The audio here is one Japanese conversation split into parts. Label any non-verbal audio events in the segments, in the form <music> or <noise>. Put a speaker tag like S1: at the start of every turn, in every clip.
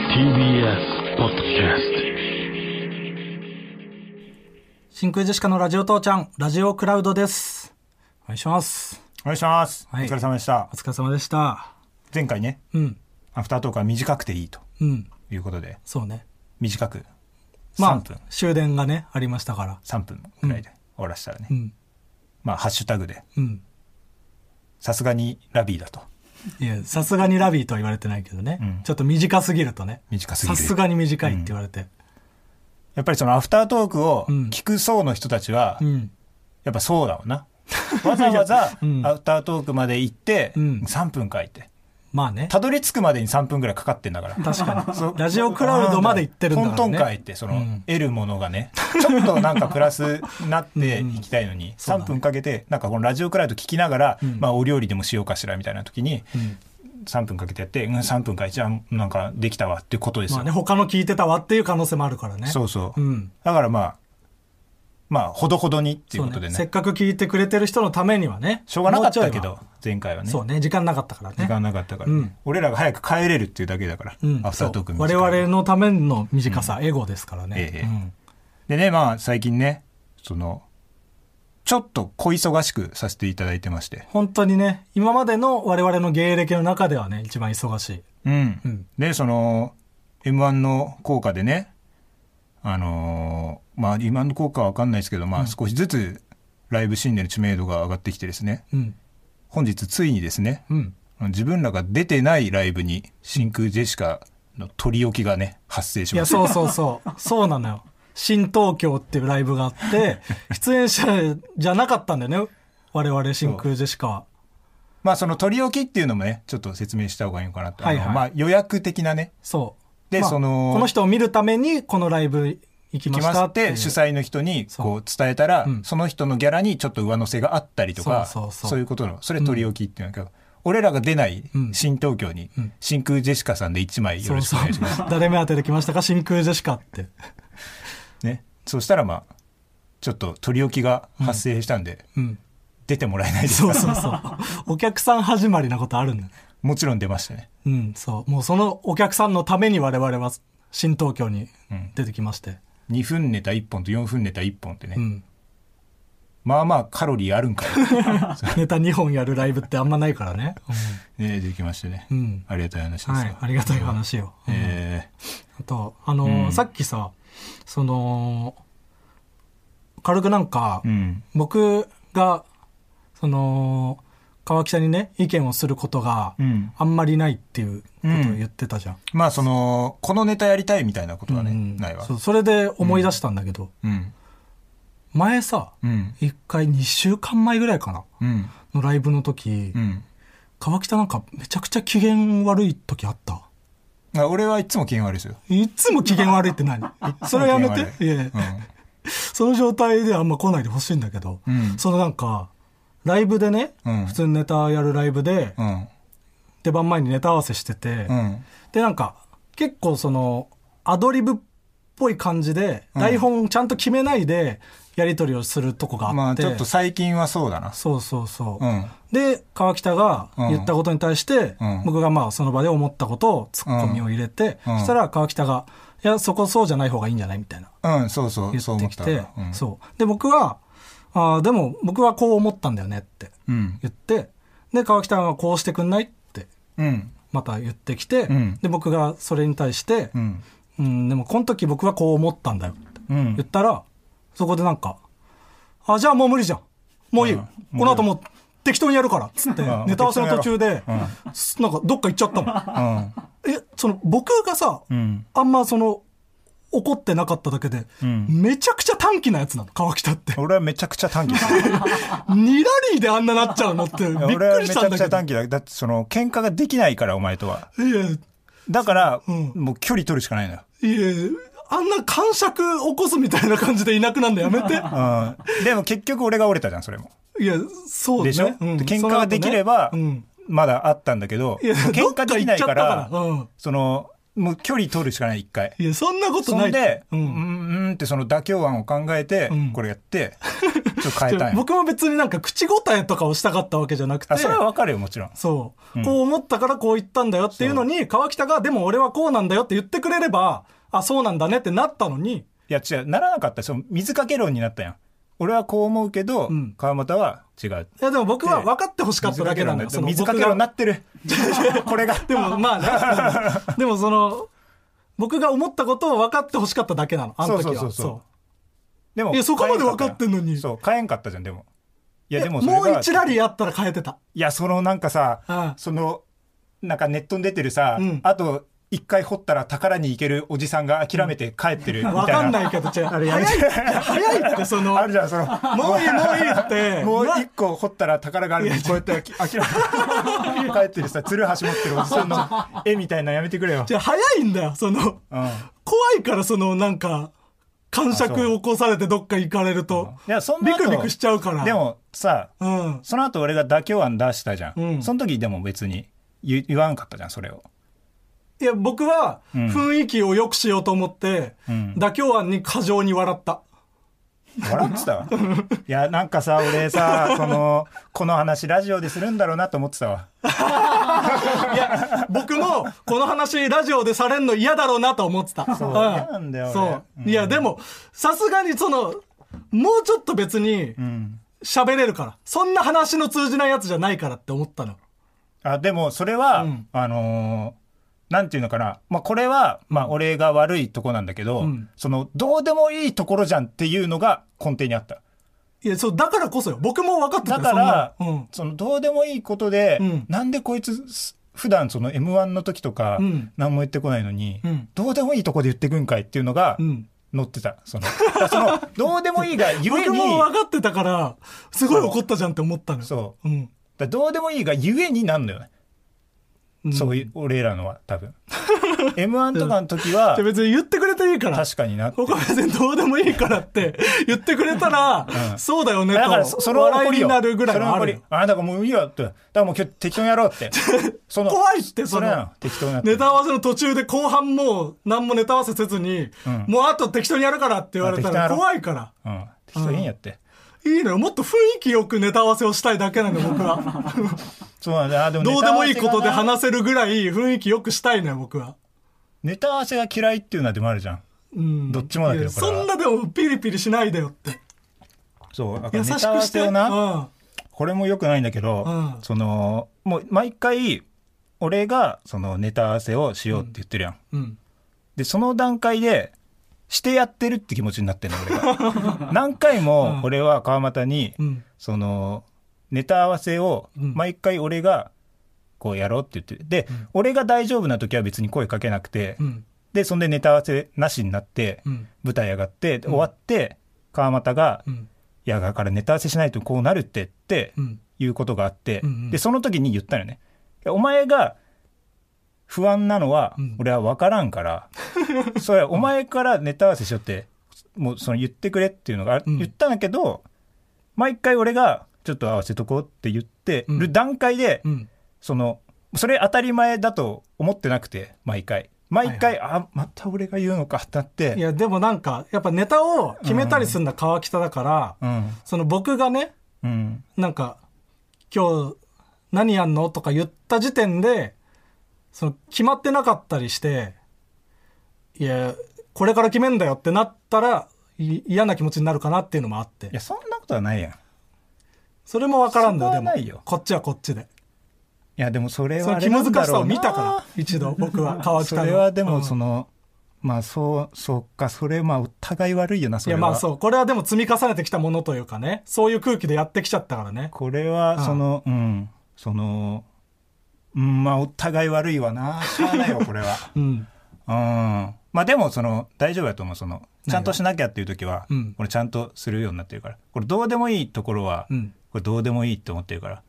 S1: TBS ポッドキャス
S2: 真空ジェシカのラジオ父ちゃん、ラジオクラウドです。お願いします。
S3: お願いします、
S2: はい
S3: お疲れ様でした
S2: お疲れ様でした。
S3: 前回ね
S2: うん、
S3: アフタートークは短くていいと
S2: うん、
S3: いうことで
S2: そうね。
S3: 短く3
S2: ま
S3: 分、
S2: あ、終電がね、ありましたから。
S3: 3分ぐらいで終わらせたらね、
S2: うん、
S3: まあハッシュタグで
S2: うん。
S3: さすがにラビーだと
S2: いや、さすがにラビーとは言われてないけどね。
S3: うん
S2: ちょっと短すぎるとね。
S3: 短すぎ
S2: さ
S3: る
S2: すがに短いって言われて。
S3: やっぱりそのアフタートークを
S2: うん
S3: 聞く層の人たちは、
S2: うん、
S3: やっぱそうだろ
S2: <laughs>
S3: うなわざわざ
S2: うん
S3: アフタートークまで行って、
S2: うん
S3: 3分かいって
S2: まあね。
S3: たどり着くまでに3分ぐらいかかってんだから
S2: 確か
S3: <laughs> そう
S2: に。ラジオクラウドまで行ってるんだから、ね。
S3: トントン会ってその、
S2: うん
S3: 得るものがねちょっとなんかプラスになっていきたいのに、
S2: そうだね
S3: 3分かけてなんかこのラジオクラウド聞きながら、
S2: ん
S3: まあ、お料理でもしようかしらみたいな時に
S2: うん
S3: 3分かけてやって、うん、3分か一番なんかできたわっていうことですよ、
S2: まあね、他の聞いてたわっていう可能性もあるからね。
S3: そうそう、
S2: うん。
S3: だからまあまあほどほどにっていう
S2: そう
S3: ことでね
S2: せっかく聞いてくれてる人のためにはね。
S3: しょうがなかったけ
S2: もうちょい
S3: ど
S2: は。
S3: 前回はね
S2: そうね、時間なかったからね。
S3: 時間なかったからね、
S2: うん
S3: 俺らが早く帰れるっていうだけだから、
S2: うん
S3: アフタートーク
S2: そう
S3: 短い
S2: 我々のための短さ、エゴですからね、
S3: ええでね、まあ最近ね、その、ちょっと小忙しくさせていただいてまして。
S2: 本当にね今までの我々の芸歴の中ではね一番忙しい
S3: うん。
S2: うん
S3: で、その、M1 の効果でね、あのーまあ今の効果はわかんないですけど、まあ少しずつライブシーンでの知名度が上がってきてですね、
S2: うん
S3: 本日ついにですね、
S2: うん
S3: 自分らが出てないライブに真空ジェシカの取り置きがね、発生し
S2: い
S3: ま
S2: や
S3: した。
S2: そうそうそう
S3: <laughs>
S2: そうなのよ新東京っていうライブがあって出演者じゃなかったんだよね我々真空ジェシカは
S3: まあその取り置きっていうのもね、ちょっと説明した方がいいのかなと。
S2: はいはい
S3: あのまあ予約的なね、
S2: そう
S3: で
S2: まあ
S3: その
S2: この人を見るためにこのライブ行きま
S3: 来
S2: し
S3: ま
S2: た
S3: し
S2: ってい
S3: て
S2: う
S3: 主催の人に
S2: そう
S3: こう伝えたら、
S2: うん
S3: その人のギャラにちょっと上乗せがあったりとか
S2: そうそうそう
S3: いうことのそれ取り置きっていうんだけど、俺らが出ない
S2: うん
S3: 新東京に
S2: うん
S3: 真空ジェシカさんで1枚よ
S2: そ
S3: ろ
S2: う
S3: し
S2: そ
S3: くお願いします。
S2: う誰目当てで来ましたか真空ジェシカって
S3: ね、そうしたらまあちょっと取り置きが発生したんで、 <laughs>
S2: うん
S3: 出てもらえないです
S2: そ
S3: か
S2: うそうそうお客さん始まりなことあるんだよ
S3: もちろん出ましたね。
S2: うん、そう。もうそのお客さんのために我々は新東京に出てきまして。
S3: 2分ネタ1本と4分ネタ1本ってね、
S2: うん。
S3: まあまあカロリーあるん
S2: <laughs>
S3: かい、
S2: ネタ2本やるライブってあんまないからね。
S3: ね、できましてね、
S2: うん
S3: ありがたい話
S2: う
S3: です
S2: ん
S3: よ
S2: はい。ありがたい話よ。うん
S3: え
S2: あと、あのー
S3: うん
S2: さっきさ、その、軽くなんか、
S3: ーうん
S2: 僕が、その、川北にね、意見をすることが
S3: うん
S2: あんまりないっていうことを言ってたじゃん。
S3: まあそのこのネタやりたいみたいなことはね、
S2: うん
S3: ないわ
S2: そうそれで思い出したんだけど、
S3: うん
S2: 前さ、
S3: うん
S2: 一回2週間前ぐらいかな。
S3: うん
S2: のライブの時、
S3: うん
S2: 川北なんかめちゃくちゃ機嫌悪い時あった。
S3: あ俺はいつも機嫌悪いですよ
S2: いつも機嫌悪いって何それやめ
S3: 機嫌悪
S2: て。
S3: い
S2: いやいやその状態であんま来ないでほしいんだけど、
S3: うん
S2: そのなんか、ライブでね、
S3: うん
S2: 普通にネタやるライブで、
S3: うん
S2: 出番前にネタ合わせしてて、
S3: うん
S2: でなんか、結構その、アドリブっぽい感じで、台本ちゃんと決めないで、やり取りをするとこがあって、
S3: まあちょっと最近はそうだな
S2: そうそうそう。
S3: うん
S2: で、川北が
S3: うん
S2: 言ったことに対して、
S3: うん
S2: 僕がまあその場で思ったことをツッコミを入れて、
S3: うんうん
S2: そしたら川北が、いや、そこそうじゃない方がいいんじゃないみたいな
S3: うんそうそう
S2: 言
S3: そう
S2: っ
S3: 思
S2: てき
S3: った
S2: て、
S3: うん
S2: そう。で、僕は、あーでも僕はこう思ったんだよねって
S3: うん
S2: 言って、で、川北がこうしてくんないって
S3: うん
S2: また言ってきて、
S3: うん
S2: で、僕がそれに対して
S3: う、ん
S2: うん、でもこの時僕はこう思ったんだよって
S3: うん
S2: 言ったら、そこでなんか、あ、じゃあもう無理じゃん。もういい。
S3: うん
S2: この後もう適当にやるから。つって、
S3: うん
S2: ネタ合わせの途中で、
S3: うん
S2: すなんかどっか行っちゃったもん。
S3: うん
S2: え、その僕がさ、
S3: うん
S2: あんまその、怒ってなかっただけで、
S3: ん
S2: めちゃくちゃ短気なやつなの、川北って。
S3: 俺はめちゃくちゃ
S2: <laughs>
S3: 短期ですよ
S2: ニラリーであんななっちゃうのって、びっ
S3: 俺は
S2: く
S3: め
S2: りし
S3: ち
S2: た
S3: ゃ
S2: ん
S3: く
S2: だ
S3: ちゃ
S2: けど。
S3: 短期だだってその喧嘩ができないからお前とはい
S2: や、
S3: だから、
S2: うん
S3: もう距離取るしかないのよ
S2: いや、あんな感触起こすみたいな感じでいなくなるのやめ
S3: <laughs>
S2: て。
S3: うんでも結局俺が折れたじゃんそれも
S2: いや、そうね。
S3: でしょ
S2: うん
S3: で喧嘩ができれば
S2: その後ね
S3: まだあったんだけど
S2: うん。いや、
S3: 喧嘩できないか
S2: どっ
S3: ら
S2: 行っちゃったからうん。
S3: そのもう距離取るしかない一回
S2: いや、そんなこと
S3: そ
S2: ない。
S3: んで、う、
S2: うん。
S3: うんん、うんってその妥協案を考えて、
S2: うん <laughs>
S3: これやって、ちょっと変えたい。
S2: 僕も別になんか口答えとかをしたかったわけじゃなくて
S3: あ、それはわかるよ、もちろん。
S2: そう、こう思ったからこう言ったんだよっていうのに川北が「でも俺はこうなんだよ」って言ってくれればあそうなんだねってなったのに
S3: いや、違う、ならなかった。その、水かけ論になったやん。俺はこう思うけど、
S2: ん
S3: 川本は違う。
S2: いやでも僕は分かってほしかっただけなんだよその
S3: 水かけ論にな
S2: 僕
S3: ってる。 <laughs> これが。
S2: がでもま
S3: <laughs>
S2: あねでもその僕が思ったことを分かってほしかっただけなのあの時は
S3: そうそうそうそうでも
S2: いやそこまで分かってんの
S3: 変えんかったや
S2: に
S3: んそう、変えんかったじゃん、でも。いや、でもそれ
S2: も
S3: が
S2: う一ラリーあったら変えてた
S3: いや、そのなんかさ、
S2: うん
S3: その、なんかネットに出てるさ、
S2: うん
S3: あと一回掘ったら宝に行けるおじさんが諦めて帰ってるみたいな。
S2: 分かんないけど違う早
S3: やめ
S2: い
S3: て
S2: いや早いってその
S3: あるじゃん、そ
S2: <laughs>
S3: の。
S2: もういいもういいって
S3: もう
S2: な
S3: 一個掘ったら宝があるのにこうやってあき諦め
S2: <laughs>
S3: て帰ってるさ、鶴橋持ってるおじさんの絵みたいなのやめてくれよ。
S2: じゃあ早いんだよその
S3: うん。い
S2: 怖いからそのなんか感
S3: あ
S2: 触
S3: そう
S2: 起こされてどっか行かれると
S3: や、そんな
S2: ビ
S3: 後
S2: クビクしちゃうから
S3: でもさ、
S2: うん
S3: その後俺が妥協案出したじゃん。
S2: うん
S3: その時でも別に言言わんかったじゃん、それを。
S2: いや僕は
S3: うん
S2: 雰囲気を良くしようと思って、
S3: うん
S2: 妥協案に過剰に笑
S3: <laughs>
S2: った
S3: 笑ってたわいやなんかさ俺さそのこの話ラジオでするんだろうなと思ってたわ
S2: いや僕もこの話ラジオでされんの嫌だろうなと思ってた
S3: そうん嫌なんだよ俺
S2: そう、
S3: うん
S2: いやでもさすがにそのもうちょっと別に
S3: うん
S2: 喋れるからそんな話の通じないやつじゃないからって思ったの
S3: あでもそれは、
S2: うん
S3: あのーなんていうのかな、まあ、これは、まあ、俺が悪いとこなんだけど、
S2: ん
S3: そのどうでもいいところじゃんっていうのが根底にあった
S2: いやそうだからこそよ僕も分かってた
S3: だ
S2: よ
S3: から
S2: そんなの
S3: そのどうでもいいことで、
S2: うん
S3: なんでこいつす普段その m 1の時とか、
S2: うん
S3: 何も言ってこないのに、
S2: うん
S3: どうでもいいとこで言ってくんかいっていうのが、
S2: うん、うん
S3: 乗ってたそのだからそのどうでもいいがゆえに
S2: 僕も分かってたから、すごい怒ったじゃんって思ったのよ。。
S3: そう
S2: ん。
S3: だからどうでもいいがゆえになんのよね、
S2: ん
S3: そういう俺らのは
S2: <laughs>
S3: 多分 m 1とかの時は
S2: じゃあ別に言ってくれていいから。
S3: 確かになって
S2: 僕は別にどうでもいいから
S3: <laughs>
S2: って言ってくれたら、
S3: ん
S2: そうだよね
S3: だからそ
S2: と、
S3: それは
S2: 笑
S3: 怒
S2: い
S3: り
S2: に
S3: よ
S2: なるぐらい
S3: それは
S2: のあ
S3: 怒
S2: る
S3: り
S2: よ。
S3: あだからもういいよってだからもう今日適当にやろうって
S2: <laughs>
S3: その
S2: 怖いって、そ
S3: それな
S2: の
S3: の、適当にやって
S2: ネタ合わせの途中で後半もう何もネタ合わせせずに、
S3: うん
S2: もうあと適当にやるからって言われた
S3: あ適当にや
S2: ら
S3: ろう
S2: 怖いから。
S3: うん適当にいいんやって、
S2: いいのよ。もっと雰囲気よくネタ合わせをしたいだけなのよ、僕は。
S3: そうなんだあでもネ
S2: どう
S3: タ
S2: で
S3: 合わ
S2: も
S3: せ
S2: いい
S3: が
S2: ことで
S3: な
S2: 話せるぐらい雰囲気よくしたいのよ、僕は。
S3: ネタ合わせが嫌いっていうのはでもあるじゃん
S2: うん。
S3: どっちもだけど
S2: いや
S3: これ
S2: そ
S3: は
S2: んなでもピリピリしないでよって。
S3: そうだ
S2: 優
S3: から
S2: し
S3: ネ
S2: く
S3: タ合わ
S2: して
S3: せをな、
S2: うん
S3: これも良くないんだけど、
S2: うん
S3: そのもう毎回俺がそのネタ合わせをしようって言ってるやん、
S2: うん
S3: でその段階でしてやってるって気持ちになってるの
S2: <laughs>
S3: 俺が何回も俺は川俣に、
S2: うん
S3: そのネタ合わせを
S2: うん
S3: 毎回俺がこうやろうって言ってるで、俺が大丈夫な時は別に声かけなくて、
S2: うん
S3: でそんでネタ合わせなしになって、
S2: うん
S3: 舞台上がってで終わって川俣が「
S2: うん
S3: いやだからネタ合わせしないとこうなるって」って
S2: うん
S3: いうことがあって、
S2: うんうん
S3: でその時に言ったよねいやお前が不安なのは
S2: うん
S3: 俺は分からん
S2: <laughs>
S3: から、それはお前からネタ合わせしようってもうその言ってくれっていうのがあ
S2: うん
S3: 言ったんだけど、毎回俺がちょっと合わせとこうって言ってる段階で、
S2: うん
S3: そのそれ当たり前だと思ってなくて毎回毎回、あまた俺が言うのかってなって
S2: いやでもなんかやっぱネタを決めたりするのは川北だから、
S3: うん
S2: その僕がね
S3: うん
S2: なんか「今日何やんの?」とか言った時点でその決まってなかったりして「いやこれから決めんだよ」ってなったらい嫌な気持ちになるかなっていうのもあっ
S3: いや
S2: て
S3: そんなことはないやんい
S2: それも分からんのよ
S3: そこはない
S2: でも
S3: よ
S2: こっちはこっちで
S3: やでもそれ
S2: そ
S3: は
S2: の
S3: あ
S2: 気
S3: れな
S2: 難
S3: んだ
S2: しさ
S3: ろう
S2: を
S3: な
S2: 見たから一度僕は川北
S3: そ
S2: の
S3: れはで
S2: う
S3: も
S2: ん
S3: その、まあそうそうかそれまあお互い悪いよなそ
S2: い
S3: れ
S2: や
S3: は
S2: まあそうこれはでも積み重ねてきたものというかねそういう空気でやってきちゃったからね
S3: これはそのうん、そのうんまあお互い悪いわなしゃ
S2: <laughs>
S3: あないわこれは
S2: うん
S3: うんまあでもその大丈夫やと思うそのちゃんとしなきゃっていう時は、
S2: うん
S3: これちゃんとするようになってるからこれどうでもいいところは、
S2: うん
S3: これどうでもいいって思ってるから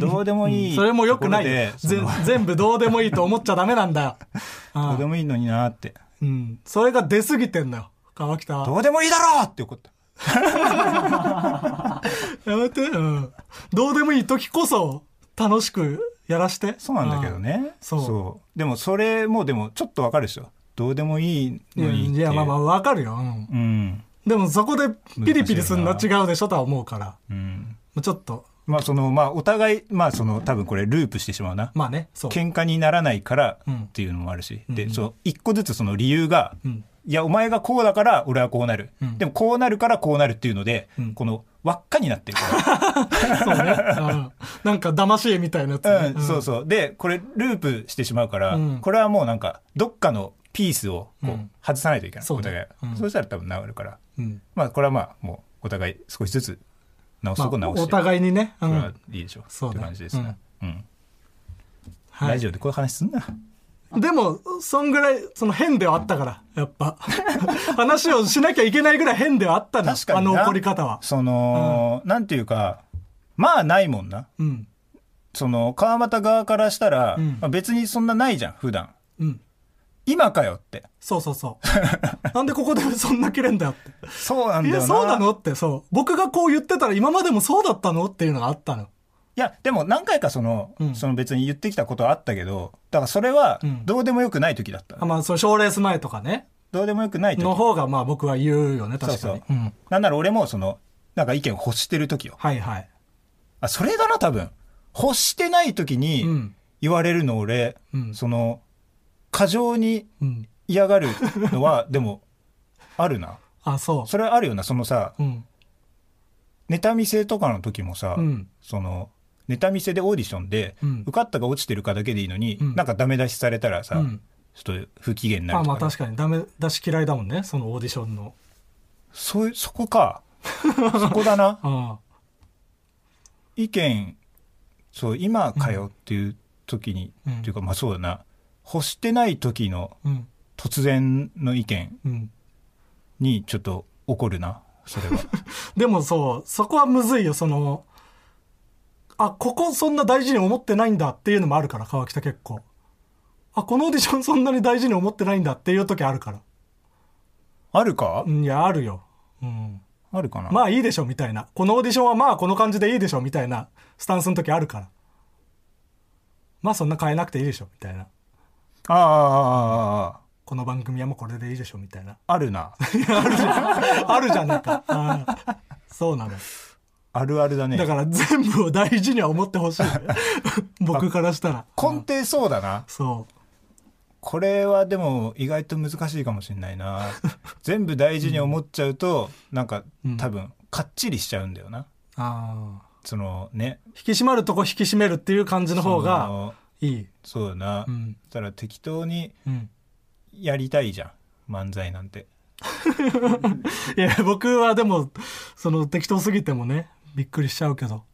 S3: どうでもいい
S2: それもよくない
S3: ところ
S2: よ
S3: でそ
S2: ぜ
S3: の
S2: 全部どうでもいいと思っちゃダメなんだよ
S3: <laughs> どう
S2: あ
S3: で
S2: あ
S3: もいいのになって
S2: うんそれが出過ぎてんだよ川北は
S3: どうでもいいだろうって怒った
S2: やめてうんどうでもいい時こそ楽しくやらして
S3: そうなんだけどね。
S2: そう
S3: でもそれもでもちょっとわかるでしょ。どうでもいい
S2: ああ
S3: のにって
S2: い
S3: いう。
S2: やまあまあわかるよ、うん
S3: うん。
S2: でもそこでピリピリするのは違うでしょとは思うから、
S3: うん
S2: もうちょっと、
S3: まあそのまあお互いまあその多分これループしてしまうな、
S2: まあね、そう。
S3: 喧嘩にならないから
S2: うん
S3: っていうのもあるし、
S2: うんう
S3: で
S2: ん
S3: その一個ずつその理由が、
S2: うん
S3: いやお前がこうだから俺はこうなる、
S2: うん
S3: でもこうなるからこうなるっていうので、
S2: うん
S3: この輪っかになってるか
S2: そうね。うんなんか騙し絵みたいなやつ <laughs>
S3: ら、
S2: ね、
S3: <laughs> うんそうそうでこれループしてしまうから、
S2: うん
S3: これはもうなんかどっかのピースをこ
S2: う
S3: う
S2: ん
S3: 外さないといけない、
S2: そう
S3: お
S2: ね
S3: 互い、
S2: うん
S3: そうしたら多分治るから
S2: うん。
S3: まあこれはまあもうお互い少しずつ直す
S2: ま
S3: とこ
S2: あ、
S3: 直して、
S2: お互いにね。う
S3: これは
S2: ん。
S3: いいでしょう、
S2: そう
S3: っ
S2: ね
S3: て感じですね、うん
S2: は
S3: ラ
S2: い
S3: ジ、オでこういう話すんな
S2: でも、そんぐらい、その変ではあったから、やっぱ。 <laughs> 話をしなきゃいけないぐらい変ではあったな、
S3: 確か
S2: あ
S3: にな
S2: の怒り方は。
S3: その、なんていうかまあないもんな
S2: うん。
S3: その川俣側からしたら、
S2: うん
S3: まあ別にそんなないじゃん普段
S2: うん。
S3: 今かよって
S2: そうそう
S3: <laughs>
S2: そう。なんでここでそんな切れんだよって。
S3: そうなんだ
S2: い
S3: よな
S2: や、そうなのって、そう。僕がこう言ってたら今までもそうだったのっていうのがあったの。
S3: いやでも何回かその,、
S2: うん
S3: その別に言ってきたことはあったけどだからそれは
S2: うん
S3: どうでもよくない時だった、
S2: あまあ、その賞レース前とかね、
S3: どうでもよくない時
S2: の方がまあ僕は言うよね、確かに。
S3: そうそう
S2: うん。
S3: なんなら俺もそのなんか意見を欲してる時よ
S2: はいはい。
S3: あそれだな多分欲してない時
S2: う
S3: に
S2: ん
S3: 言われるの俺、
S2: うん
S3: その過剰に
S2: うん。
S3: 嫌がる
S2: <laughs>
S3: のはでもあるな
S2: あ、そ
S3: それはあるよなそのさ
S2: う。うん。
S3: 妬み性とかの時もさ、
S2: うん。
S3: その妬み性でオーディションで、
S2: うん
S3: 受かったか落ちてるかだけでいいのに、
S2: うん
S3: なんかダメ出しされたらさ、
S2: うん
S3: ちょっと不機嫌にな
S2: あ
S3: ると
S2: ま
S3: か
S2: あ
S3: ね、
S2: 確かにダメ出し嫌いだもんね、そのオーディションの。
S3: そういうそこ
S2: <laughs>
S3: かそこだな
S2: あ
S3: 意見そう今かよっていう時に、
S2: うん
S3: っていうかまあそうだな欲してない時の
S2: あ。うん。
S3: 突然の意見
S2: うん。
S3: にちょっと怒るなそ
S2: <laughs>
S3: れは
S2: でもそう、そこはむずいよ、その、あ、ここそんな大事に思ってないんだっていうのもあるから、川北結構。あ、このオーディションそんなに大事に思ってないんだっていう時あるから。
S3: あるか
S2: うんいや、あるよ。うん。
S3: あるかな、
S2: まあいいでしょ、みたいな。このオーディションはまあこの感じでいいでしょ、みたいなスタンスの時あるから。まあそんな変えなくていいでしょ、みたいな。
S3: ああああああ
S2: この番組はもうこれでいいでしょ、みたいな。 <laughs>
S3: あるな
S2: あるじゃないか。うんそうなの。
S3: あるあるだね
S2: だから全部を大事には思ってほしい。
S3: <laughs>
S2: 僕からしたら。
S3: 根底そうだな
S2: そ
S3: これはでも意外と難しいかもしれない
S2: <laughs>
S3: な全部大事に思っちゃうとなんか
S2: うん
S3: 多分かっちりしちゃうんだよな
S2: う。ああ。
S3: そのね
S2: 引き締まるとこ引き締めるっていう感じの方
S3: そ
S2: が
S3: の
S2: いい。
S3: そうだな、
S2: う
S3: だ
S2: ん。
S3: から適当に
S2: うん。
S3: やりたいじゃん漫才なんて
S2: いや、僕はでも、その適当すぎてもね、びっくりしちゃうけど。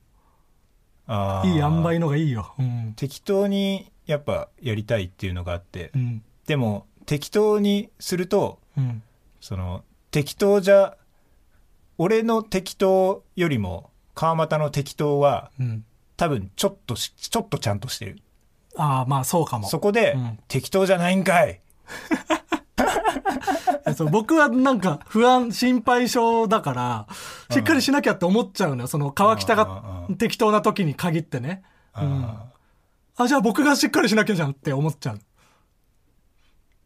S3: あー
S2: いい塩梅のがいいよ。うん。
S3: 適当にやっぱやりたいっていうのがあって、
S2: うん。
S3: でも適当にすると
S2: うん。
S3: その適当じゃ俺の適当よりも川俣の適当は
S2: うん。
S3: 多分ちょっとしちょっとちゃんとしてる
S2: ああ、まあそうかも。
S3: そこで、
S2: うん
S3: 適当じゃないんかい
S2: そう僕はなんか不安、心配性だから、しっかりしなきゃって思っちゃうのよ。その川北が
S3: うんうん
S2: 適当な時に限ってね。うん。
S3: あ
S2: あ、じゃあ僕がしっかりしなきゃじゃんって思っちゃう。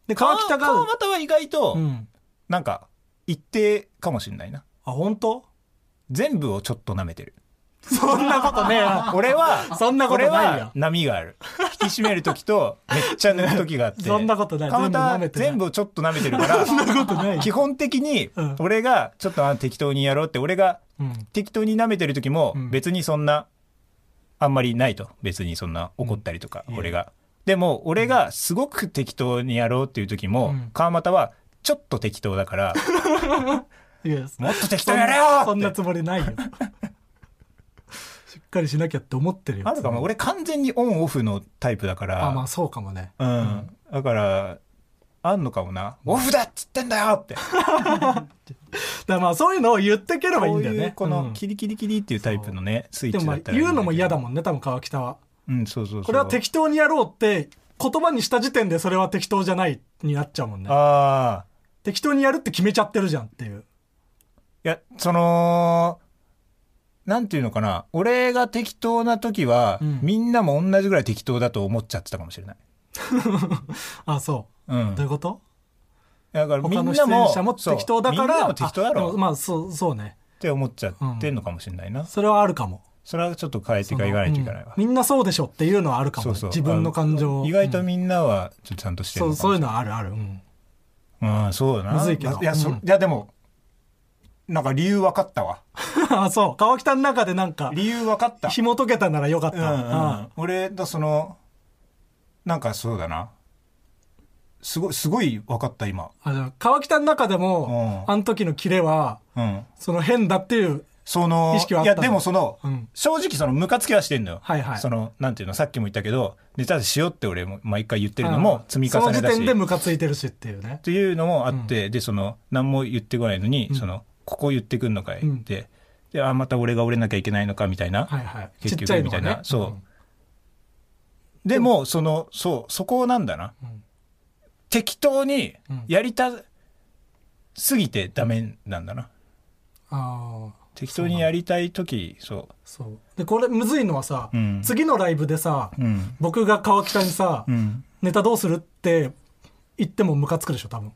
S2: で、
S3: ー
S2: 川北
S3: 川
S2: が、
S3: 俣は意外と、
S2: うん。
S3: なんか一定かもしれないな
S2: あ、本当
S3: 全部をちょっと舐めてる
S2: そんなことねえよ。
S3: 俺は
S2: そんなことないよ
S3: 俺は波がある引き締める時とめっちゃ抜く時があっ
S2: <laughs>
S3: て
S2: そんなことない。全
S3: 川
S2: 部
S3: 俣
S2: 舐
S3: は
S2: めてない
S3: 全部をちょっと舐めてる
S2: <laughs>
S3: から
S2: そんなことない。
S3: 基本的に
S2: うん
S3: 俺がちょっとあ適当にやろうって俺が
S2: うん。
S3: 適当に舐めてる時も
S2: うん
S3: 別にそんなあんまりないと別にそんな怒ったりとか
S2: うん
S3: 俺がでも俺がすごく適当にやろうっていう時
S2: う
S3: も
S2: ん
S3: 川又はちょっと適当だから
S2: <laughs> いや、
S3: もっと適当やれよ
S2: そんな
S3: っ
S2: つ
S3: て
S2: もりないよ。しっかりしなきゃって思ってるよ。
S3: あるかも俺完全にオンオフのタイプだか
S2: あ、ま
S3: ら
S2: あそうかもね。
S3: うんだからあんのかもなオフだっつってんだよ
S2: <laughs>
S3: って
S2: だからまあそういうのを言ってけれ
S3: こ
S2: ばいいん
S3: う
S2: だよ
S3: いう
S2: ね。
S3: こ
S2: う
S3: の
S2: ん
S3: キリキリキリっていうタイプのねスイッ
S2: で
S3: チ
S2: もま
S3: だ
S2: あ
S3: ったらいいん
S2: 言うのも嫌だ
S3: ん
S2: もんね、多分川北は。
S3: うんそうそうそう
S2: これは適当にやろうって言葉にした時点でそれは適当じゃないになっちゃうもんね。
S3: ああ
S2: 適当にやるって決めちゃってるじゃんっていう。
S3: いや、その、なんていうのかな、俺が適当な時は、
S2: うん
S3: みんなも同じぐらい適当だと思っちゃってたかもしれない。。
S2: あ、そうう。どういうんこと
S3: だからみ
S2: 他
S3: ん
S2: の
S3: な
S2: 出演
S3: も
S2: 者も適当だか
S3: そうみんな
S2: ら
S3: も適当や
S2: あで
S3: ろ
S2: も
S3: っ
S2: まあそうそうね
S3: て思っちゃってんのかもしれないな、
S2: それはあるかも
S3: それはちょっと変えていかないといけないわ、
S2: うんみんなそうでしょっていうのはあるかも
S3: そうそう
S2: 自分の感情を
S3: 意外とみんなはちょっとちゃんとしてる
S2: そ
S3: の
S2: う
S3: かも
S2: そういう
S3: しれない
S2: のはあるある、うん、 <laughs>
S3: うんそうだな
S2: むずいけど
S3: いやそ
S2: うん
S3: いやでもなんか理由分かったわ
S2: あそう川北の中でなんか
S3: 理由分かった
S2: 紐解けたならよかっ
S3: う
S2: た、
S3: んうん
S2: あ
S3: 俺だそのなんかそうだなすごいすごい分かった今
S2: あじゃあ川北の中でも、
S3: うん
S2: あの時のキレは
S3: うん
S2: その変だっていう
S3: その
S2: 意識はあっ
S3: い
S2: た
S3: や
S2: んだ
S3: でもその、
S2: うん
S3: 正直そのムカつきはしてんのよ、
S2: はいはい
S3: そのなんていうのさっきも言ったけどネタでしようって俺も毎回言ってるのも積み重
S2: うん
S3: ね
S2: その
S3: だ
S2: 時
S3: し
S2: 点でムカついてるしっていうね
S3: っていうのもあって、でその何も言ってこないのに、そのここ言ってくんのかいって、
S2: うん
S3: であまた俺が折れなきゃいけないのかみたいな、
S2: はいはいち
S3: 結
S2: っちゃい
S3: 局
S2: の
S3: みた
S2: が
S3: い
S2: ね
S3: な、そう、でもそのそうそこなんだな、
S2: うん
S3: 適当に
S2: うん
S3: やりたすぎてダメなんだな、
S2: ああ
S3: 適当にやりたい時そう
S2: そうでこれむずいのはさ、
S3: うん
S2: 次のライブでさ、
S3: うん
S2: 僕が川北にさ、
S3: うん
S2: ネタどうするって言ってもムカつくでしょ多分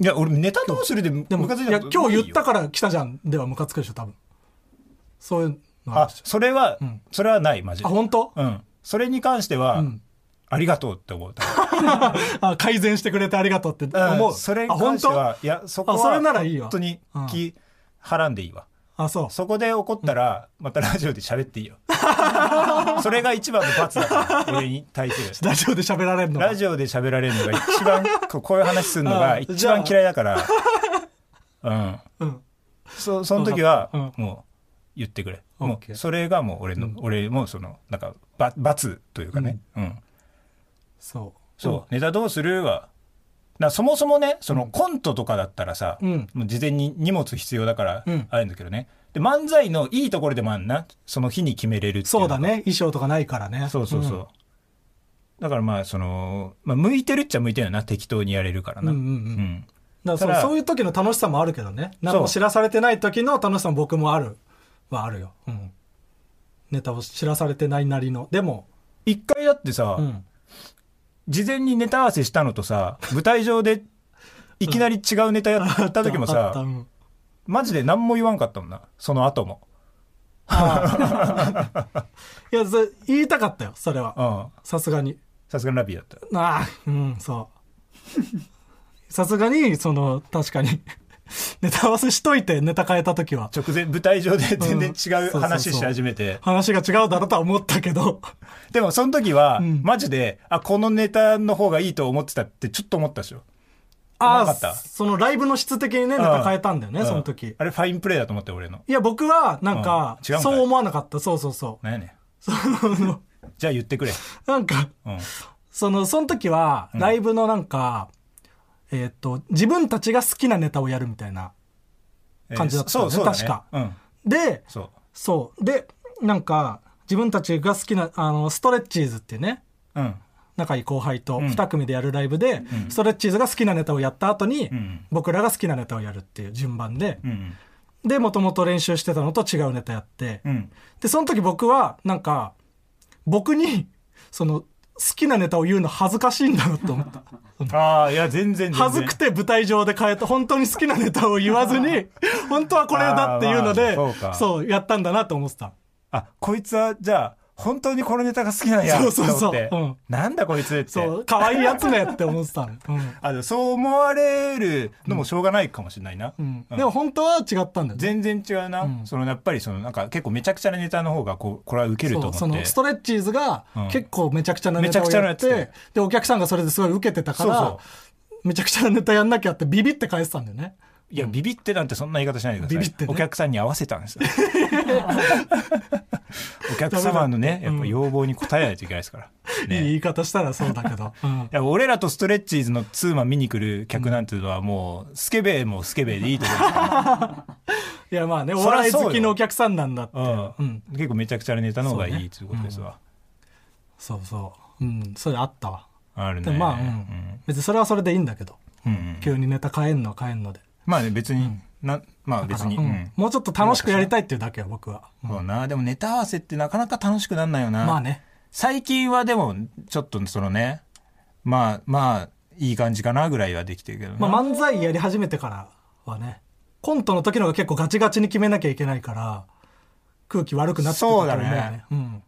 S3: いや俺ネタどうするでム
S2: でも
S3: カつい
S2: い
S3: た
S2: や
S3: こと
S2: 今日言った
S3: ないよ
S2: から来たじゃんではムカつくでしょ多分そういうのあ
S3: あ
S2: るでしょ
S3: それは、
S2: うん
S3: それはないマジ
S2: あ
S3: で
S2: 本当、
S3: うんそれに関しては、
S2: うん
S3: ありがとうって思った
S2: あ改善してくれてありがとうって <laughs> 思う、
S3: うん、それに
S2: あ本
S3: 関して
S2: 当
S3: はいやそこは
S2: あそれならいいわ
S3: 本当に
S2: うん
S3: 気はらんでいいわ、
S2: あそう
S3: そこで怒ったら、またラジオで喋っていいよ <laughs> それが一番の罰だから俺に対
S2: <laughs>
S3: する
S2: ラジオで喋られるのが
S3: ラジオで喋られるのが一番こうこういう話するの
S2: う
S3: が
S2: ん
S3: 一番嫌いだからうん
S2: うん
S3: そその時は
S2: うん
S3: もう言ってくれ、
S2: オッ
S3: も
S2: ケー
S3: うそれがもう俺の、俺もそのなんかば罰というかね、うん、
S2: そう
S3: そう、ネタどうするは、なそもそもね、そのコントとかだったらさ、
S2: うん
S3: もう事前に荷物必要だから
S2: うん、
S3: あるんだけどね。で、漫才のいいところでもあるな。その日に決めれるってい
S2: そうだ。ね衣装とかないからね
S3: そうそうそう。だからまあ、その、まあ、向いてるっちゃ向いてるよな、適当にやれるから
S2: うん、
S3: な。
S2: うんうんうん
S3: ん
S2: だから
S3: ただ
S2: そうそういう時の楽しさもあるけどね何も
S3: そう
S2: 知らされてない時の楽しさも僕もあるはあるよ、うん、ネタを知らされてないなりのでも、
S3: 一回だってさ、
S2: うん、
S3: 事前にネタ合わせしたのとさ、舞台上でいきなり違うネタやった時も
S2: あったう
S3: さ、
S2: ん
S3: マジで何も言わんかったもんな、その後も。
S2: <laughs> いやそれ言いたかったよそれは
S3: うん。
S2: さすがに
S3: さすがにラビーだった。
S2: ああうんそうさすがにその確かに <laughs> ネタ合わせしといてネタ変えた時は
S3: 直前舞台上で全然違
S2: そう
S3: う話し始めて、
S2: 話が違うだろうとは思ったけ
S3: <laughs>
S2: ど
S3: でもその時は、
S2: ん
S3: マジであこのネタの方がいいと思ってたってちょっと思ったでしょ
S2: あ
S3: うまかった
S2: あそのライブの質的にねネタ変えたんだよね、
S3: う
S2: その時
S3: あれファインプレーだと思って俺の
S2: いや僕はなんか、
S3: うん違うんかい
S2: そう思わなかったそうそうそう
S3: なんやね
S2: <laughs> その
S3: んじゃあ言ってくれ、
S2: なんか
S3: うん、
S2: そのその時はライブのなんか、えーっと自分たちが好きなネタをやるみたいな
S3: えー
S2: 感じだった
S3: そ
S2: よね
S3: うそうだね
S2: 確か
S3: うん
S2: で
S3: そう
S2: そうでなんか自分たちが好きなあのストレッチーズっていうね
S3: うん
S2: 仲いい後輩と
S3: うん
S2: 2組でやるライブで、ストレッチーズが好きなネタをやった後に、
S3: うん
S2: 僕らが好きなネタをやるっていう順番で、
S3: うん
S2: でもともと練習してたのと違うネタやって、
S3: うん
S2: でその時僕はなんか僕にその好きなネタを言うの恥ずかしいんだなと思った。
S3: ああいや全然全然
S2: 恥ずくて舞台上で変えた、本当に好きなネタを言わずに、本当はこれだっていうの
S3: あ
S2: で
S3: ーまあそう、か
S2: そう、やったんだなと思ってた。
S3: あこいつはじゃあ本当にこのネタが好きなんや
S2: そうそうそう
S3: って思ってなんだこいつって
S2: そう、可愛いやつねって思ってたの。うん
S3: あでも <laughs> そう思われるのもしょうがないかもしれないな、
S2: うん。
S3: うん
S2: でも本当は違ったんだよね。
S3: 全然違うな、
S2: うん
S3: そのやっぱりそのなんか結構めちゃくちゃなネタの方がこうこれは受けると
S2: そ
S3: 思っ
S2: うその
S3: て
S2: ストレッチーズが
S3: うん
S2: 結構めちゃくちゃなネタを
S3: めちゃくちゃな
S2: や
S3: や
S2: っ
S3: つ
S2: て、
S3: で
S2: でお客さんがそれですごい受けてたから
S3: そう
S2: めちゃくちゃなネタやんなきゃってビビって返してたんだよね
S3: いやビビってなんてそんな言い方しないでください
S2: ビビってね
S3: お客さんに合わせたんですよ
S2: <laughs>
S3: お客様のねやっぱ要望に応えないといけないですから、
S2: <laughs> いい
S3: ね
S2: 言い方したらそうだけ
S3: <laughs>
S2: ど、うん
S3: いや俺らとストレッチーズのツーマン見に来る客なんていうのはもうスケベもスケベでいいと思
S2: い
S3: う
S2: やまあねお
S3: そりゃ
S2: 笑い
S3: そうよ
S2: 好きのお客さんなんだって
S3: から、うん結構めちゃくちゃなネタの方が
S2: そう
S3: い
S2: ね
S3: いということですわ、
S2: そうそううんそれあったわ
S3: ある
S2: で
S3: ね
S2: もまあ、うん別にそれはそれでいいんだけど
S3: うんうん
S2: 急にネタ変えんのは変えんので
S3: まあね別に、なまあ別に、
S2: うん
S3: うん
S2: もうちょっと楽しくやりたいっていうだけよ僕は、
S3: そうなでもネタ合わせってなかなか楽しくなんないよな
S2: まあね
S3: 最近はでもちょっとそのねまあまあいい感じかなぐらいはできてるけどな、
S2: まあ、漫才やり始めてからはねコントの時の方が結構ガチガチに決めなきゃいけないから空気悪くなってたと思よ
S3: そうだね
S2: うん、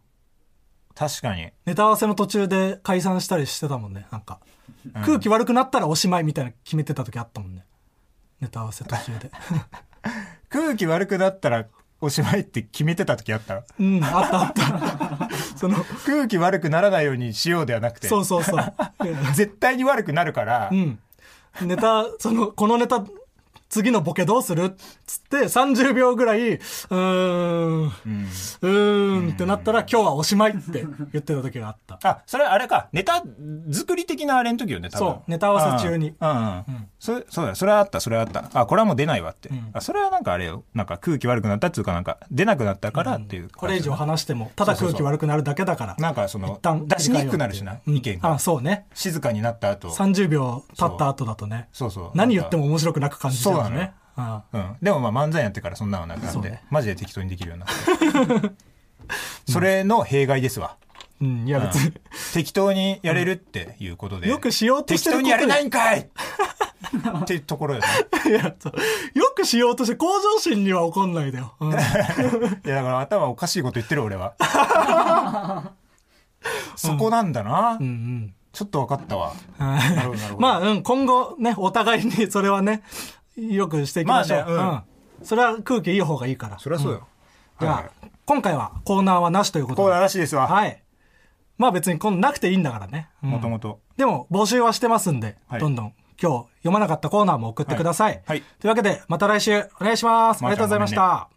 S3: 確かに
S2: ネタ合わせの途中で解散したりしてたもんねなんか、空気悪くなったらおしまいみたいな決めてた時あったもんねネタ合わせ途中
S3: <laughs>
S2: で
S3: 空気悪くなったらおしまいって決めてた時あった
S2: うんあったあったその
S3: 空気悪くならないようにしようではなくて
S2: そうそう
S3: <laughs>
S2: そういや
S3: 絶対に悪くなるから、
S2: うん。ネタ、その、このネタ、次のボケどうするっつって、30秒ぐらい、うーん、うーんってなったら、今日はおしまいって言ってた時があった。
S3: あそれはあれかネタ作り的なあれの時よね多分
S2: そうネタ合わせ中に
S3: うんうん、うんそそうだそれはあったそれはあったあこれはもう出ないわって、あそれはなんかあれよなんか空気悪くなったっていうかなんか出なくなったからっていう、
S2: これ以上話しても、ただ空気悪くなるだけだから。
S3: なんかその
S2: 一旦
S3: 出しにくくなるしな
S2: うん
S3: 意見が
S2: あ、そうね。
S3: 静かになった後
S2: 30秒経った後だとね。
S3: そうそう
S2: 何言っても面白くなく感じちゃう
S3: そうなの
S2: ね
S3: よ。
S2: あ
S3: うん、でもまあ漫才やってからそんなのはなくなって、
S2: そうね
S3: マジで適当にできるようになって。 <laughs> それの弊害ですわ。
S2: うん、いや別に。
S3: 適当にやれるっていうことで。
S2: よくしようとしてるこ
S3: 適当
S2: と
S3: にやれないんかいっていうところよね。
S2: <laughs> いや、そうよくしようとして、向上心には怒んないでよ。うん
S3: いやだから頭おかしいこと言ってる
S2: <laughs>
S3: 俺は。そこなんだな、
S2: うん
S3: ちょっと分かったわ。
S2: はい
S3: なるほどなるほど
S2: まあ、うん、今後ね、お互いにそれはね、よくしていきましょう。
S3: まあね
S2: うん。それは空気いい方がいいから。
S3: そりゃそうよ。
S2: うん。じゃあ、
S3: はい
S2: 今回はコーナーはなしということで。
S3: こうだらしいですわ。
S2: はい。まあ別にこんなくていいんだからね。うん
S3: もともと。
S2: でも募集はしてますんで、
S3: はい
S2: どんどん今日読まなかったコーナーも送ってください。
S3: はいはい
S2: というわけで、また来週お願いします。ありがとうございました。